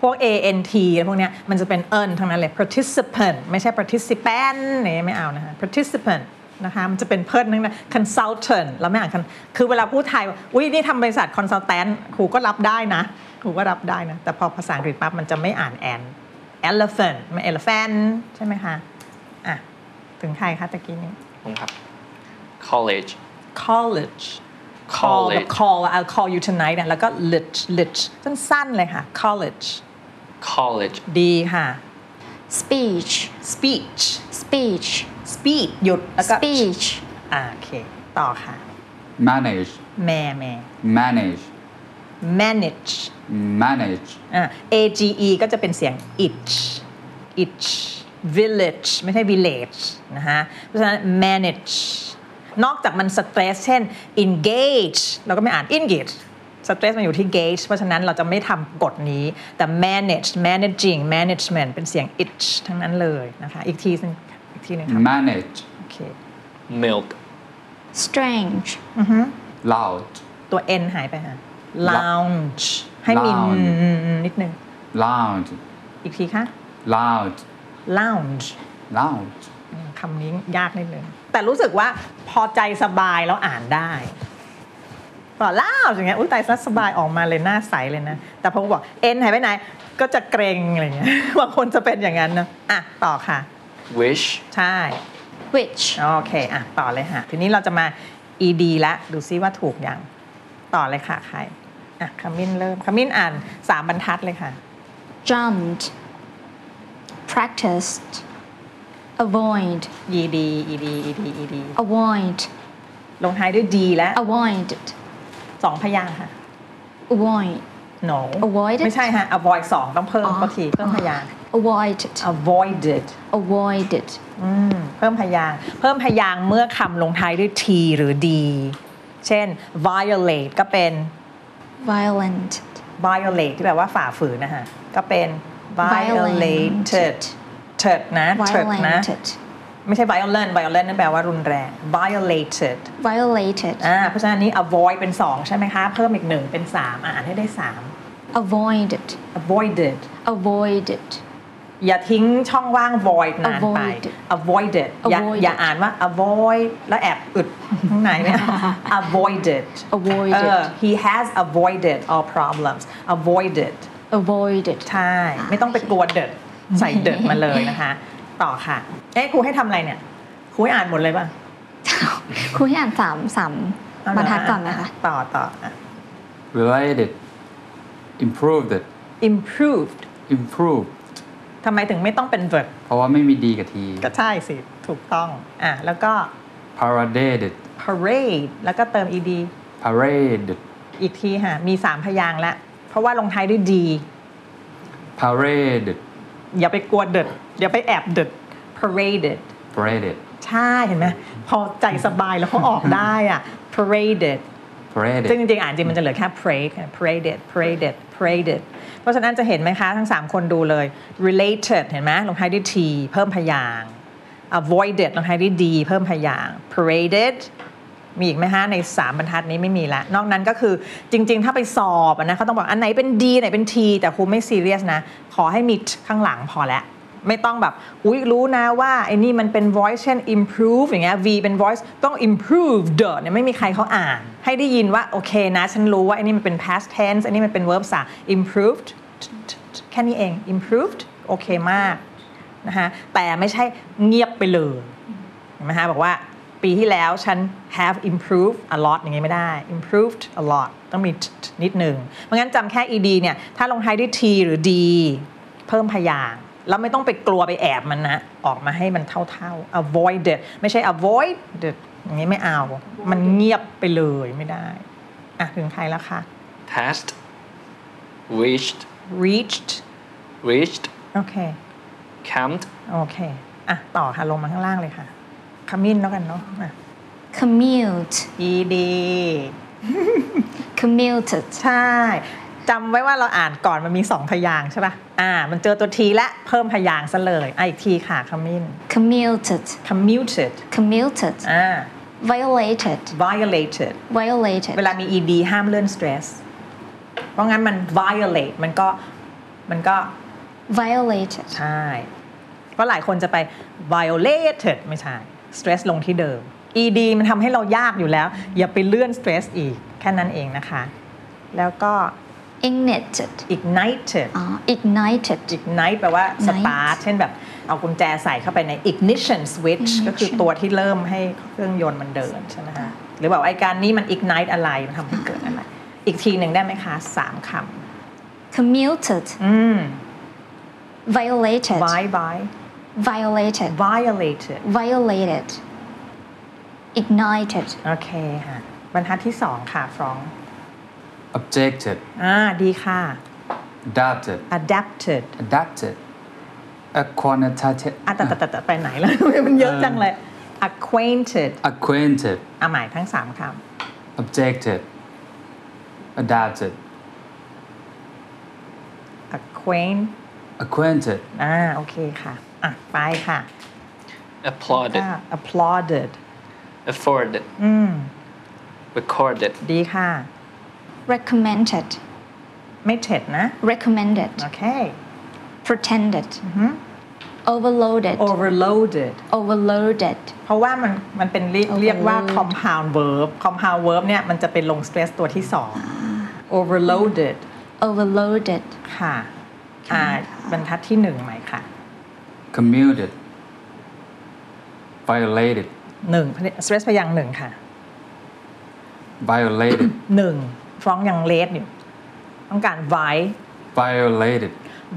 [SPEAKER 3] พวก ant พวกเนี้ยมันจะเป็น earn ทั้งนั้นเลย participant ไม่ใช่ participant นี่ไม่เอานะคะ participant นะคะมันจะเป็นเพิ่นทั้งนั้น consultant เราไม่อ่านคันคือเวลาพูดไทยว่าอุ้ยนี่ทำบริษัท consultant ครูก็รับได้นะครูก็รับได้นะ แต่พอภาษาอังกฤษปั๊บมันจะไม่อ่าน an elephant ไม่ elephant ใช่ไหมคะอ่ะถึงใครคะตะกี้นี้
[SPEAKER 4] ผมครับ college
[SPEAKER 3] college call แบบ
[SPEAKER 4] college
[SPEAKER 3] call อะ I'll call you tonight นะแล้วก็ lit lit สั้นๆเลยค่ะ college
[SPEAKER 4] college
[SPEAKER 3] ดีค่ะ
[SPEAKER 5] speech
[SPEAKER 3] speech
[SPEAKER 5] speech
[SPEAKER 3] speed หยุดแล้วก็
[SPEAKER 5] speech
[SPEAKER 3] อ่าโอเค ต่อค่ะ
[SPEAKER 6] manage
[SPEAKER 3] แม่แม่
[SPEAKER 6] manage
[SPEAKER 3] manage
[SPEAKER 6] manage
[SPEAKER 3] อ่า age ก็จะเป็นเสียง itch itch village ไม่ใช่ village นะฮะ เพราะฉะนั้น manage นอกจากมัน stress เช่น engage เราก็ไม่อ่าน engage stress มันอยู่ที่ gauge เพราะฉะนั้นเราจะไม่ทำกฎนี้ แต่ manage managing management เป็นเสียง itch ทั้งนั้นเลยนะคะ อีกทีสักอีกทีหนึงครับ
[SPEAKER 6] manage
[SPEAKER 3] โอเค
[SPEAKER 4] milk
[SPEAKER 5] strange
[SPEAKER 6] loud
[SPEAKER 3] ตัว n หายไปค่ะ lounge ให้มี
[SPEAKER 6] Lounge
[SPEAKER 3] นิดนึง
[SPEAKER 6] loud
[SPEAKER 3] อีกทีค่ะ
[SPEAKER 6] loud
[SPEAKER 3] lounge
[SPEAKER 6] loud
[SPEAKER 3] คำนี้ยากนิดนึง แต่รู้สึกว่าพอใจสบายแล้วอ่านได้บอกเล่าอย่างเงี้ยอุ้ยตายซะสบายออกมาเลยหน้าใสเลยนะ แต่พอบอกเอ็นหายไปไหน ก็จะเกรงอะไรเงี้ย บางคนจะเป็นอย่างนั้นนะอ่ะ ต่อค่ะ
[SPEAKER 4] wish
[SPEAKER 3] ใช่
[SPEAKER 5] which
[SPEAKER 3] โอเค อ่ะ ต่อเลยค่ะ ทีนี้เราจะมา ed ละดูซิว่าถูกยัง ต่อเลยค่ะ ใคร อ่ะขมิ้นเริ่มขมิ้นอ่านสามบรรทัดเลยค่ะ
[SPEAKER 5] jumped practiced avoid
[SPEAKER 3] ed ed ed ed
[SPEAKER 5] avoid
[SPEAKER 3] ลงท้ายด้วย d แล้ว
[SPEAKER 5] avoided
[SPEAKER 3] สองพยางค์ค่ะ
[SPEAKER 5] avoid
[SPEAKER 3] no
[SPEAKER 5] Avoided
[SPEAKER 3] ไม่ใช่ฮะ avoid สองต้องเพิ่ม
[SPEAKER 5] อ๋อ
[SPEAKER 3] ก็ทีเพิ่มพยางค์
[SPEAKER 5] avoided
[SPEAKER 3] avoided
[SPEAKER 5] avoided
[SPEAKER 3] อืมเพิ่มพยางค์เพิ่มพยางค์เมื่อคำลงท้ายด้วย t หรือ d เช่น violate ก็เป็น
[SPEAKER 5] violent
[SPEAKER 3] violate ที่แปลว่าฝ่าฝืนนะฮะ ก็เป็น violated
[SPEAKER 5] Violated
[SPEAKER 3] เถิดนะเถิดนะ
[SPEAKER 5] violated
[SPEAKER 3] ไม่ใช่ violent violent นั่นแปลว่ารุนแรง violated
[SPEAKER 5] violated
[SPEAKER 3] อ่าเพราะฉะนั้นอันนี้ avoid เป็น 2 ใช่ไหมคะ เพิ่มอีก 1 เป็น 3 อ่านให้ได้
[SPEAKER 5] avoided
[SPEAKER 3] 3 avoided
[SPEAKER 5] avoided
[SPEAKER 3] อย่าทิ้งช่องว่าง void นานไป
[SPEAKER 5] Avoid
[SPEAKER 3] avoided อย่า
[SPEAKER 5] Avoid
[SPEAKER 3] อย่าอ่านว่า avoid แล้วแอบอึดข้างในเนี่ย avoided
[SPEAKER 5] Avoided
[SPEAKER 3] เออ he has avoided all problems avoided
[SPEAKER 5] avoided
[SPEAKER 3] ใช่ ไม่ต้องไปกลัวเดิดใส่เดิดมาเลยนะคะ ต่อค่ะ เอ๊ะครูให้ทำอะไรเนี่ย ครูให้อ่านหมดเลยป่ะ
[SPEAKER 5] ครูให้อ่านสามสาม
[SPEAKER 3] เอา
[SPEAKER 5] บรรทัดก่อนไหมคะ
[SPEAKER 3] ต่อต่ออ่ะ
[SPEAKER 6] related improved
[SPEAKER 3] improved
[SPEAKER 6] improved
[SPEAKER 3] ทำไมถึงไม่ต้องเป็น verb
[SPEAKER 6] เพราะว่าไม่มีดีกับที
[SPEAKER 3] ก็ใช่สิ ถูกต้องอ่ะแล้วก็
[SPEAKER 6] paraded
[SPEAKER 3] parade แล้วก็เติม ed
[SPEAKER 6] parade
[SPEAKER 3] อีกทีค่ะ มี 3 พยางค์ละเพราะว่าลงท้ายด้วย d
[SPEAKER 6] parade
[SPEAKER 3] อย่าไปกลัวเด็ดอย่าไปแอบเด็ด paraded
[SPEAKER 6] paraded
[SPEAKER 3] ใช่เห็นไหมพอใจสบายแล้วเขาออกได้อ่ะ paraded ซึ่งจ
[SPEAKER 6] paraded
[SPEAKER 3] ริงๆ อ่านจริงมันจะเหลือแค่ parade ค่ะ paraded paraded paraded เพราะฉะนั้นจะเห็นไหมคะทั้ง 3 คนดูเลย related เห็นไหมลงท้ายด้วย t เพิ่มพยางค์ avoided ลงท้ายด้วย d เพิ่มพยางค์ paraded มีอีกไหมฮะ ใน 3 บรรทัดนี้ไม่มีละ นอกนั้นก็คือจริง ๆ ถ้าไปสอบอะนะเขาต้องบอกอันไหนเป็น d ไหนเป็น t แต่ครูไม่ซีเรียสนะ ขอให้มี t ข้างหลังพอละ ไม่ต้องแบบ อุ๊ย รู้นะว่าไอ้นี่มันเป็น voice เช่น improve อย่างเงี้ย v เป็น voice ต้อง improve เดอเนี่ยไม่มีใครเขาอ่าน ให้ได้ยินว่า โอเคนะ ฉันรู้ว่าไอ้นี่มันเป็น past tense ไอ้นี่มันเป็น verb สะ improved แค่นี้เอง improved โอเคมากนะคะแต่ไม่ใช่เงียบไปเลย เห็นไหมฮะบอกว่าปีที่แล้วฉัน have improved a lot อย่างงี้ไม่ได้ improved a lot ต้องมี t- t- นิดหนึ่งเพราะงั้นจำแค่ ed เนี่ย ถ้าลงท้ายด้วย t หรือ d เพิ่มพยางค์แล้วไม่ต้องไปกลัวไปแอบมันนะ ออกมาให้มันเท่าๆ avoid it ไม่ใช่ avoid it อย่างงี้ไม่เอา มันเงียบไปเลยไม่ได้ อ่ะ ถึงใครแล้วคะ
[SPEAKER 4] past reached
[SPEAKER 3] reached
[SPEAKER 4] reached
[SPEAKER 3] โอเค
[SPEAKER 4] camped
[SPEAKER 3] โอเค อ่ะ ต่อค่ะ ลงมาข้างล่างเลยค่ะ ขมิ้นแล้วกันเนาะอ่ะ
[SPEAKER 5] commute
[SPEAKER 3] ed
[SPEAKER 5] commuted
[SPEAKER 3] ใช่จำไว้ว่าเราอ่านก่อนมันมี 2 พยางค์ใช่ปะ่ะ อ่า มันเจอตัวทีและเพิ่มพยางค์ซะเลยอ่ะอีกทีค่ะ ขมิ้น
[SPEAKER 5] commuted
[SPEAKER 3] commuted
[SPEAKER 5] commuted
[SPEAKER 3] อ่า
[SPEAKER 5] violated
[SPEAKER 3] violated
[SPEAKER 5] violated
[SPEAKER 3] เวลามี ed ห้ามเลื่อน stress เพราะงั้นมัน violate มันก็มันก็
[SPEAKER 5] violated
[SPEAKER 3] ใช่ เพราะหลายคนจะไป violated ไม่ใช่ stress ลงที่เดิม ed มันทำให้เรายากอยู่แล้ว อย่าไปเลื่อน stress อีก แค่นั้นเองนะคะ แล้วก็
[SPEAKER 5] ignited
[SPEAKER 3] ignited
[SPEAKER 5] อ๋อ ignited
[SPEAKER 3] ignite แปลว่า
[SPEAKER 5] Ignite
[SPEAKER 3] start เช่นแบบเอากุญแจใส่เข้าไปใน ignition switch ก็คือตัวที่เริ่มให้เครื่องยนต์มันเดินใช่ไหมคะหรือแบบไอ้การนี้มัน ignite อะไร มันทำให้เกิดอะไร อีกทีหนึ่งได้ไหมคะสามค
[SPEAKER 5] commuted
[SPEAKER 3] ำอืม
[SPEAKER 5] Mm. violated
[SPEAKER 3] by by
[SPEAKER 5] violated
[SPEAKER 3] violated
[SPEAKER 5] violated ignited
[SPEAKER 3] โอเคค่ะบรรทัดที่สองค่ะฟรอง
[SPEAKER 6] objected
[SPEAKER 3] อ่าดีค่ะ
[SPEAKER 6] adapted
[SPEAKER 3] adapted
[SPEAKER 6] adapted a quantitative
[SPEAKER 3] อ่ะแต่แต่แต่แต่ไปไหนแล้ว มันเยอะจังเลย acquainted
[SPEAKER 6] acquainted
[SPEAKER 3] อ่ะใหมายทั้งสามคำ
[SPEAKER 6] objected adapted
[SPEAKER 3] acquaint
[SPEAKER 6] acquainted
[SPEAKER 3] อ่าโอเคค่ะอ่ะไปค่ะ
[SPEAKER 4] applauded
[SPEAKER 3] ค่ะ applauded
[SPEAKER 4] afforded
[SPEAKER 3] อืม
[SPEAKER 4] recorded
[SPEAKER 3] ดีค่ะ
[SPEAKER 5] recommended
[SPEAKER 3] ไม่เท็ดนะ
[SPEAKER 5] recommended
[SPEAKER 3] โอเค
[SPEAKER 5] pretended overloaded
[SPEAKER 3] overloaded
[SPEAKER 5] overloaded
[SPEAKER 3] เพราะว่ามันมันเป็นเรียก
[SPEAKER 5] Overload
[SPEAKER 3] เรียกว่า compound verb compound verb เนี่ยมันจะเป็นลง stress ตัวที่สอง overloaded
[SPEAKER 5] overloaded
[SPEAKER 3] ค่ะ อ่า บรรทัดที่หนึ่งใหม่ค่ะ
[SPEAKER 6] commuted violated
[SPEAKER 3] หนึ่ง stress ไปยังหนึ่งค่ะ
[SPEAKER 6] violated
[SPEAKER 3] หนึ่งฟ้องยังเลสอยู่ ต้องการ vi
[SPEAKER 6] violated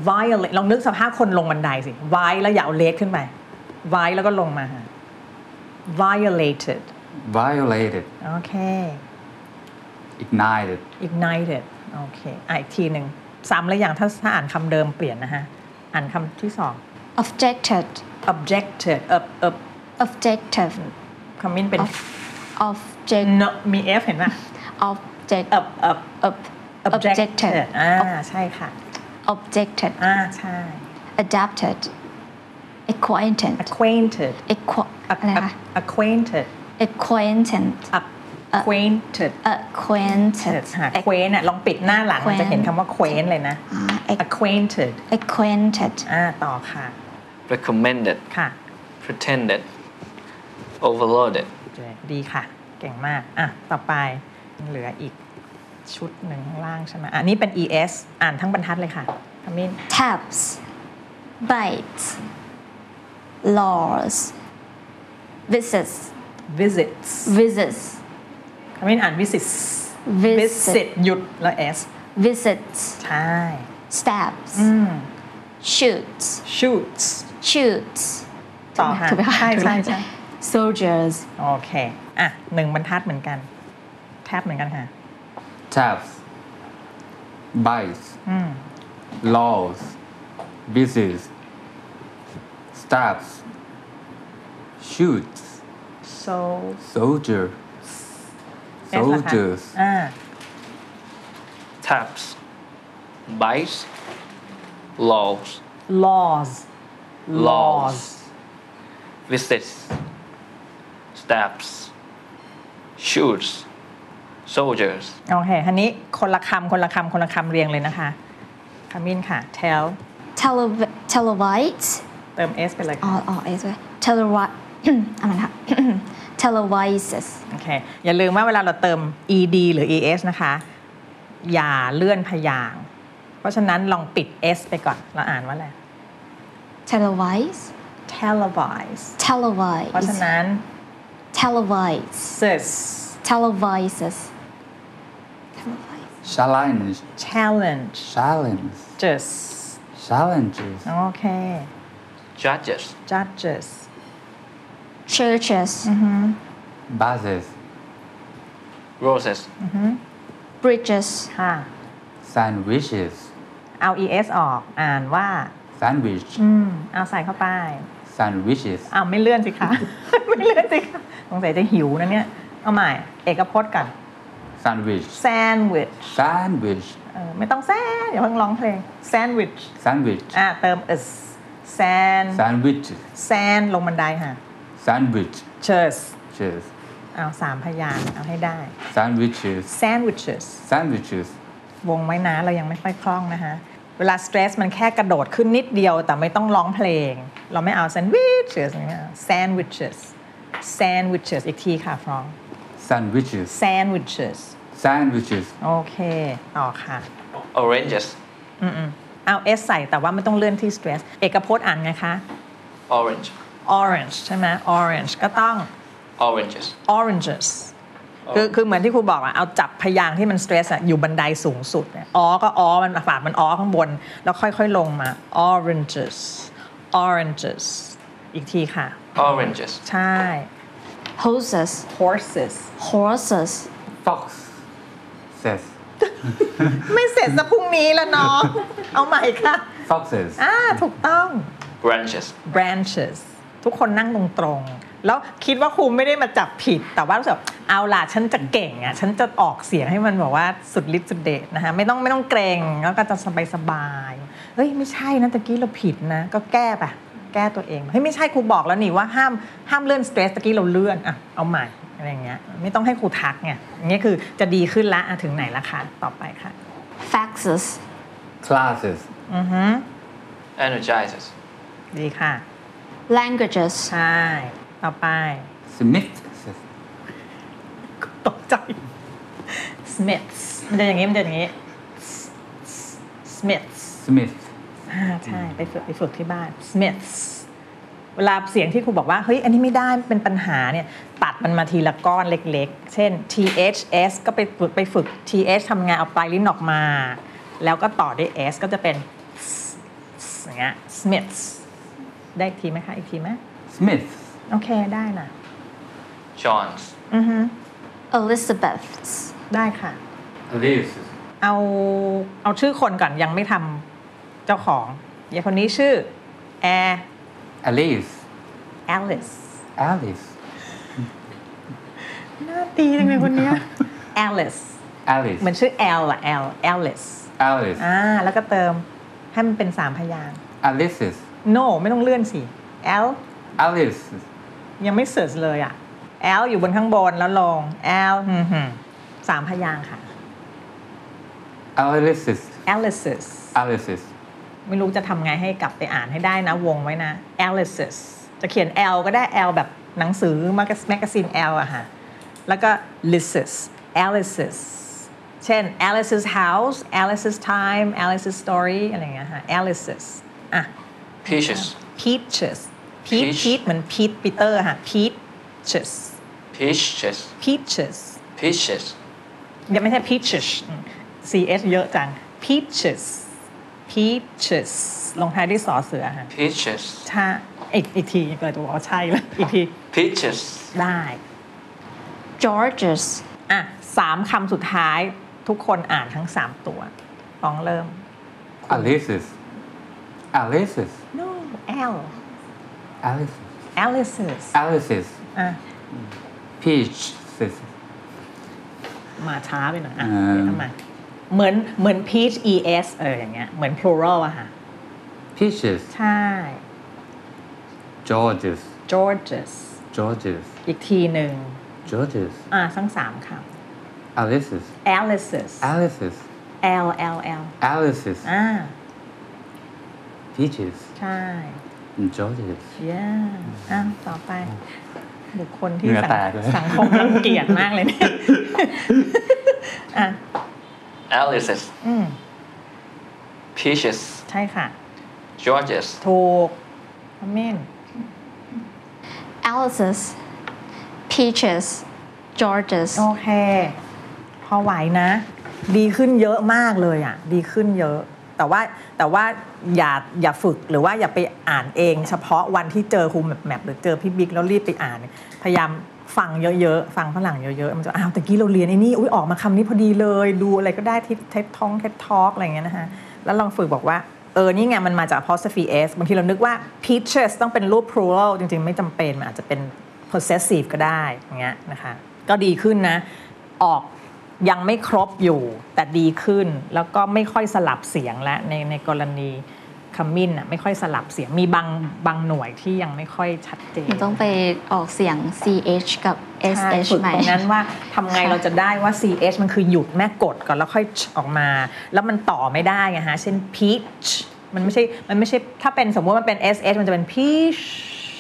[SPEAKER 3] violate ลองนึกสภาพคนลงบันไดสิ vi แล้วอย่าเอาเลสขึ้นไป vi แล้วก็ลงมา violated
[SPEAKER 6] violated
[SPEAKER 3] โอเค
[SPEAKER 6] ignited
[SPEAKER 3] ignited โอเคอ่ะอีกทีหนึ่งซ้ำแล้วอย่างถ้าถ้าอ่านคำเดิมเปลี่ยนนะฮะ อ่านคำที่สอง
[SPEAKER 5] objected
[SPEAKER 3] objected เอบเอบ
[SPEAKER 5] objective
[SPEAKER 3] คำมินเป็น
[SPEAKER 5] of object
[SPEAKER 3] no มี f เห็นไหม
[SPEAKER 5] object
[SPEAKER 3] เอบเอบ
[SPEAKER 5] ob objected
[SPEAKER 3] อ่าใช่ค่ะ
[SPEAKER 5] objected
[SPEAKER 3] อ่าใช่
[SPEAKER 5] adapted acquainted
[SPEAKER 3] acquainted
[SPEAKER 5] acqua-
[SPEAKER 3] Ac-
[SPEAKER 5] อะไรคะ
[SPEAKER 3] acquainted
[SPEAKER 5] acquainted
[SPEAKER 3] acquainted
[SPEAKER 5] acquainted
[SPEAKER 3] หา quaint อ่ะลองปิดหน้าหลังมันจะเห็นคำว่า quaint เลยนะ
[SPEAKER 5] อ่า ac-
[SPEAKER 3] acquainted
[SPEAKER 5] acquainted
[SPEAKER 3] อ่าต่อค่ะ
[SPEAKER 4] recommended
[SPEAKER 3] ค่ะ
[SPEAKER 4] pretended overloaded
[SPEAKER 3] ดีค่ะ เก่งมาก อ่ะ ต่อไปเหลืออีกชุดหนึ่งข้างล่างใช่ไหมอันนี้เป็น es อ่านทั้งบรรทัดเลยค่ะทามิน
[SPEAKER 5] taps bites laws visits
[SPEAKER 3] visits
[SPEAKER 5] visits
[SPEAKER 3] ไม่อ่านวิสิต
[SPEAKER 5] visit
[SPEAKER 3] หยุดแล้วเอส
[SPEAKER 5] visit
[SPEAKER 3] ใช่
[SPEAKER 5] stabs
[SPEAKER 3] อืม
[SPEAKER 5] shoots
[SPEAKER 3] shoots
[SPEAKER 5] shoots
[SPEAKER 3] ต่อค่ะ
[SPEAKER 5] ถูกไหมคะ
[SPEAKER 3] ใช่
[SPEAKER 5] ถูกไหม
[SPEAKER 3] ใช่ใช่
[SPEAKER 5] soldiers
[SPEAKER 3] โอเค อ่ะหนึ่งบรรทัดเหมือนกัน แทบเหมือนกันค่ะ
[SPEAKER 6] tabs buys
[SPEAKER 3] อืม
[SPEAKER 6] laws business stabs shoots
[SPEAKER 3] so
[SPEAKER 6] soldier
[SPEAKER 3] S ล่ะคะ
[SPEAKER 6] soldiers
[SPEAKER 3] อ่า
[SPEAKER 4] taps bites laws
[SPEAKER 3] laws
[SPEAKER 4] laws visits stabs shoots soldiers
[SPEAKER 3] โอเคอันนี้คนละคำคนละคำคนละคำเรียงเลยนะคะคามินค่ะ tell
[SPEAKER 5] tele- televite
[SPEAKER 3] เติม s ไปเลย
[SPEAKER 5] อ๋อ
[SPEAKER 3] ค่ะ
[SPEAKER 5] อ๋อเอสเว้ย televite อะไรนะคะ televises
[SPEAKER 3] โอเค อย่าลืมว่าเวลาเราเติม ed หรือ es นะคะ อย่าเลื่อนพยางค์เพราะฉะนั้นลองปิด s ไปก่อน เราอ่านว่าอะไร
[SPEAKER 5] televise
[SPEAKER 3] televise
[SPEAKER 5] televise
[SPEAKER 3] เพราะฉะนั้น
[SPEAKER 5] televise
[SPEAKER 3] sis
[SPEAKER 5] televises televise
[SPEAKER 6] challenge
[SPEAKER 3] challenge
[SPEAKER 6] challenge
[SPEAKER 3] judges
[SPEAKER 6] challenges
[SPEAKER 3] โอเค
[SPEAKER 4] judges
[SPEAKER 3] judges
[SPEAKER 5] churches
[SPEAKER 6] buses
[SPEAKER 4] roses
[SPEAKER 5] bridges
[SPEAKER 3] ค่ะ
[SPEAKER 6] sandwiches
[SPEAKER 3] เอา es ออกอ่านว่า
[SPEAKER 6] sandwich
[SPEAKER 3] อืมเอาใส่เข้าไป
[SPEAKER 6] sandwiches
[SPEAKER 3] อ้าวไม่เลื่อนสิคะ ไม่เลื่อนสิคะสงสัยจะหิวนะเนี่ย เอาใหม่ เอกพจน์ก่อน
[SPEAKER 6] sandwich
[SPEAKER 3] แซนด์วิช
[SPEAKER 6] sandwich
[SPEAKER 3] เออไม่ต้องแซนอย่าเพิ่งร้องเพลงแซนด์วิช
[SPEAKER 6] sandwich
[SPEAKER 3] อ่ะเติม s แซน
[SPEAKER 6] sandwich
[SPEAKER 3] แซนลงบันไดค่ะ
[SPEAKER 6] sandwich
[SPEAKER 3] เชิร์ส
[SPEAKER 6] cheers
[SPEAKER 3] เอาสามพยางค์เอาให้ได้
[SPEAKER 6] sandwiches
[SPEAKER 3] sandwiches
[SPEAKER 6] sandwiches
[SPEAKER 3] วงไว้นะเรายังไม่ค่อยคล่องนะคะ เวลาสเตรสมันแค่กระโดดขึ้นนิดเดียวแต่ไม่ต้องร้องเพลง เราไม่เอาแซนด์วิชอย่างเงี้ย sandwiches sandwiches อีกทีค่ะฟรอง
[SPEAKER 6] sandwiches
[SPEAKER 3] sandwiches
[SPEAKER 6] sandwiches
[SPEAKER 3] โอเค ต่อค่ะ
[SPEAKER 4] oranges
[SPEAKER 3] เอา S ใส่แต่ว่าไม่ต้องเลื่อนที่ stress เอกพจน์อ่านไงคะ
[SPEAKER 4] orange
[SPEAKER 3] orange ใช่ไหม orange ก็ต้อง
[SPEAKER 4] oranges
[SPEAKER 3] oranges คือคือเหมือนที่ครูบอกอะเอาจับพยางค์ที่มัน stress อะอยู่บันไดสูงสุดเนี่ยอก็อมันฝาดมันอข้างบน แล้วค่อยๆลงมา oranges oranges อีกทีค่ะ
[SPEAKER 4] oranges
[SPEAKER 3] ใช่
[SPEAKER 5] horses
[SPEAKER 3] horses
[SPEAKER 5] horses
[SPEAKER 6] fox says
[SPEAKER 3] ไม่เสร็จซะพรุ่งนี้ละน้อง เอาใหม่ค่ะ
[SPEAKER 6] foxes
[SPEAKER 3] อ่าถูกต้อง
[SPEAKER 4] branches
[SPEAKER 3] branches ทุกคนนั่งตรงๆ แล้วคิดว่าครูไม่ได้มาจับผิด แต่ว่ารู้สึกแบบเอาล่ะ ฉันจะเก่งอ่ะ ฉันจะออกเสียงให้มันแบบว่าสุดฤทธิ์สุดเดชนะคะไม่ต้องไม่ต้องเกรงแล้วก็จะสบายสบายๆเฮ้ย ไม่ใช่นะตะกี้เราผิดนะ ก็แก้ไปแก้ตัวเองเฮ้ย ไม่ใช่ครูบอกแล้วนี่ว่าห้ามห้ามเลื่อนสเตรสตะกี้เราเลื่อนอ่ะเอาใหม่อะไรอย่างเงี้ยไม่ต้องให้ครูทักไงอย่างเงี้ยคือจะดีขึ้นละอ่ะถึงไหนละคะต่อไปค่ะ
[SPEAKER 5] faxes
[SPEAKER 6] classes
[SPEAKER 3] อือฮึ
[SPEAKER 4] energizes
[SPEAKER 3] ดีค่ะ
[SPEAKER 5] languages
[SPEAKER 3] ใช่ต่อไป
[SPEAKER 6] smiths
[SPEAKER 3] ตกใจ Smiths มันจะอย่างนี้ มันจะอย่างนี้ Smiths
[SPEAKER 6] smith
[SPEAKER 3] อ่าใช่ ไปฝึกไปฝึกที่บ้าน Smiths เวลาเสียงที่ครูบอกว่า เฮ้ย อันนี้ไม่ได้มันเป็นปัญหาเนี่ย ตัดมันมาทีละก้อนเล็กๆ เช่น THS ก็ไปฝึกไปฝึก TH ทำงานเอาปลายลิ้นออกมา แล้วก็ต่อด้วย S ก็จะเป็น S อย่างเงี้ย Smiths ได้อีกทีไหมคะ อีกทีไหม
[SPEAKER 6] smiths
[SPEAKER 3] โอเค ได้นะ
[SPEAKER 4] johns
[SPEAKER 5] elizabeths
[SPEAKER 3] ได้ค่ะ
[SPEAKER 6] this
[SPEAKER 3] เอาเอาชื่อคนก่อนยังไม่ทำเจ้าของอย่างคนนี้ชื่อแอร์
[SPEAKER 6] alice
[SPEAKER 3] แอลิส
[SPEAKER 6] alice
[SPEAKER 3] น่าตีจังเลยคน เนี้ยแอลิส
[SPEAKER 6] alice
[SPEAKER 3] เหมือนชื่อแอลอะแอลแอลิส
[SPEAKER 6] alice
[SPEAKER 3] อ่าแล้วก็เติมให้มันเป็นสามพยางค์
[SPEAKER 6] alice's
[SPEAKER 3] no ไม่ต้องเลื่อนสิแอล
[SPEAKER 6] alice
[SPEAKER 3] ยังไม่เสิร์ชเลยอะแอลอยู่บนข้างบนแล้วลงแอลสามพยางค์ค่ะ
[SPEAKER 6] alice's
[SPEAKER 3] Alice's
[SPEAKER 6] alice's
[SPEAKER 3] ไม่รู้จะทำไงให้กลับไปอ่านให้ได้นะวงไว้นะ Alice's จะเขียน L ก็ได้ L แบบหนังสือมากาซีน L อะค่ะ แล้วก็ Lice's Alice's เช่น Alice's house Alice's time Alice's story อะไรอย่างเงี้ยค่ะ Alice's อ่ะ
[SPEAKER 4] peaches
[SPEAKER 3] Peaches Peach
[SPEAKER 4] Peach
[SPEAKER 3] Peach เหมือน Pete Peter ค่ะ Peaches
[SPEAKER 4] peaches
[SPEAKER 3] Peaches
[SPEAKER 7] peaches
[SPEAKER 3] ยังไม่ใช่ peaches อืม ch เยอะจัง peaches peaches ลงท้ายด้วยสอเสือค่ะ
[SPEAKER 7] peaches
[SPEAKER 3] ใช่อีกอีกทีเกิดจะบอกว่าใช่แล้วอีกที
[SPEAKER 7] peaches
[SPEAKER 3] ได้
[SPEAKER 5] Georges
[SPEAKER 3] อ่ะสามคำสุดท้ายทุกคนอ่านทั้งสามตัวต้องเริ่ม
[SPEAKER 6] Alice's Alice's
[SPEAKER 3] no L
[SPEAKER 6] Alice's
[SPEAKER 3] Alice's
[SPEAKER 6] Alice's
[SPEAKER 3] อ่ะ
[SPEAKER 6] Peaches
[SPEAKER 3] มาช้าไปหน่อยอ่ะ
[SPEAKER 6] อ่า
[SPEAKER 3] เดี๋ยวทำไมาเหมือนเหมือน peach es เอออย่างเงี้ยเหมือน plural อะค่ะ
[SPEAKER 6] Peaches
[SPEAKER 3] ใช่
[SPEAKER 6] Georges
[SPEAKER 3] Georges
[SPEAKER 6] Georges
[SPEAKER 3] อีกทีหนึ่ง
[SPEAKER 6] Georges
[SPEAKER 3] อ่ะทั้งสามคำ
[SPEAKER 6] Alice's
[SPEAKER 3] Alice's
[SPEAKER 6] Alice's
[SPEAKER 3] L L L
[SPEAKER 6] Alice's
[SPEAKER 3] อ่า
[SPEAKER 6] Peaches
[SPEAKER 3] ใช่
[SPEAKER 6] Georges
[SPEAKER 3] เย้อ่ะต่อไป บุคคลที่
[SPEAKER 6] เหงื่อ
[SPEAKER 3] สัง
[SPEAKER 6] แตกเลย
[SPEAKER 3] สังคมรังเกียจมากเลยเนี่ย อ่ะ
[SPEAKER 7] Alice's
[SPEAKER 3] อืม
[SPEAKER 7] peaches
[SPEAKER 3] ใช่ค่ะ
[SPEAKER 7] Georges
[SPEAKER 3] ถูกอเมน
[SPEAKER 5] Alice's Peaches Georges
[SPEAKER 3] โอเค พอไหวนะ ดีขึ้นเยอะมากเลยอ่ะ ดีขึ้นเยอะ แต่ว่าแต่ว่าอย่าอย่าฝึกหรือว่าอย่าไปอ่านเอง เฉพาะวันที่เจอครูแมปแมปหรือเจอพี่บิ๊กแล้วรีบไปอ่าน พยายามฟังเยอะๆ ฟังฝรั่งเยอะๆ มันจะอ้าวแต่กี้เราเรียนไอ้นี่ อุ้ยออกมาคำนี้พอดีเลย ดูอะไรก็ได้ที่เท็ดท้องเท็ดทอกอะไรอย่างเงี้ยนะคะแล้วลองฝึกบอกว่า เออ นี่ไงมันมาจาก apostrophe s บางทีเรานึกว่า peaches ต้องเป็นรูป plural จริงๆ ไม่จำเป็น มันอาจจะเป็น possessive ก็ได้อย่างเงี้ยนะคะ ก็ดีขึ้นนะ ออกยังไม่ครบอยู่ แต่ดีขึ้นแล้วก็ไม่ค่อยสลับเสียงและในในกรณีขมิ้นอ่ะไม่ค่อยสลับเสียงมีบางบางหน่วยที่ยังไม่ค่อยชัดเจน
[SPEAKER 5] หนูต้องไปออกเสียง ch กับ
[SPEAKER 3] ใช่
[SPEAKER 5] sh
[SPEAKER 3] ฝึก
[SPEAKER 5] ใหม่
[SPEAKER 3] ตรงนั้นว่าทำไง
[SPEAKER 5] ค่ะ
[SPEAKER 3] เราจะได้ว่า ch มันคือหยุดแม่กดก่อนแล้วค่อย ch ออกมา แล้วมันต่อไม่ได้ไงฮะ เช่น peach มันไม่ใช่ มันไม่ใช่ ถ้าเป็นสมมติว่ามันเป็น sh มันจะเป็น peach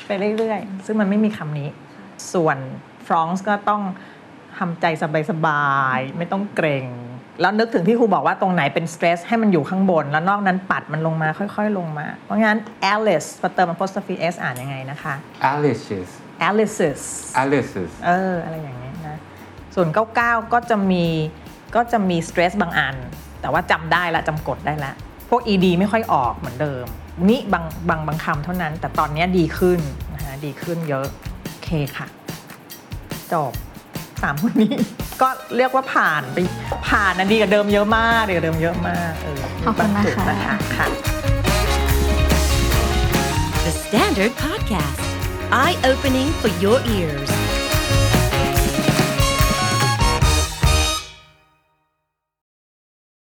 [SPEAKER 3] ไปเรื่อยๆ ซึ่งมันไม่มีคำนี้ ส่วน f r o n c e ก็ต้องทำใจสบายๆ ไม่ต้องเกรงแล้วนึกถึงที่ครูบอกว่าตรงไหนเป็น stress ให้มันอยู่ข้างบน แล้วนอกนั้นปัดมันลงมาค่อย ๆ ลงมา เพราะงั้น Alice พอเติม apostrophe s อ่านยังไงนะคะ
[SPEAKER 6] Alice's
[SPEAKER 3] Alice's
[SPEAKER 6] Alice's
[SPEAKER 3] เออ อะไรอย่างนี้นะ ส่วน 99 ก็จะมีก็จะมีสเตรสบางอัน แต่ว่าจำได้ละจำกดได้ละ พวก ED ไม่ค่อยออกเหมือนเดิม นี่บางบางบางคำเท่านั้น แต่ตอนนี้ดีขึ้นนะฮะดีขึ้นเยอะ โอเคค่ะ จบสามคนนี้ ก็เรียกว่าผ่านไปผ่านนะดีกว่าเดิมเยอะมากดีกว่าเดิมเยอะมากเออ
[SPEAKER 5] ขอบคุณ
[SPEAKER 3] รรจุ
[SPEAKER 5] นะคะ
[SPEAKER 3] ค่ะ
[SPEAKER 1] The Standard Podcast, eye opening for your ears.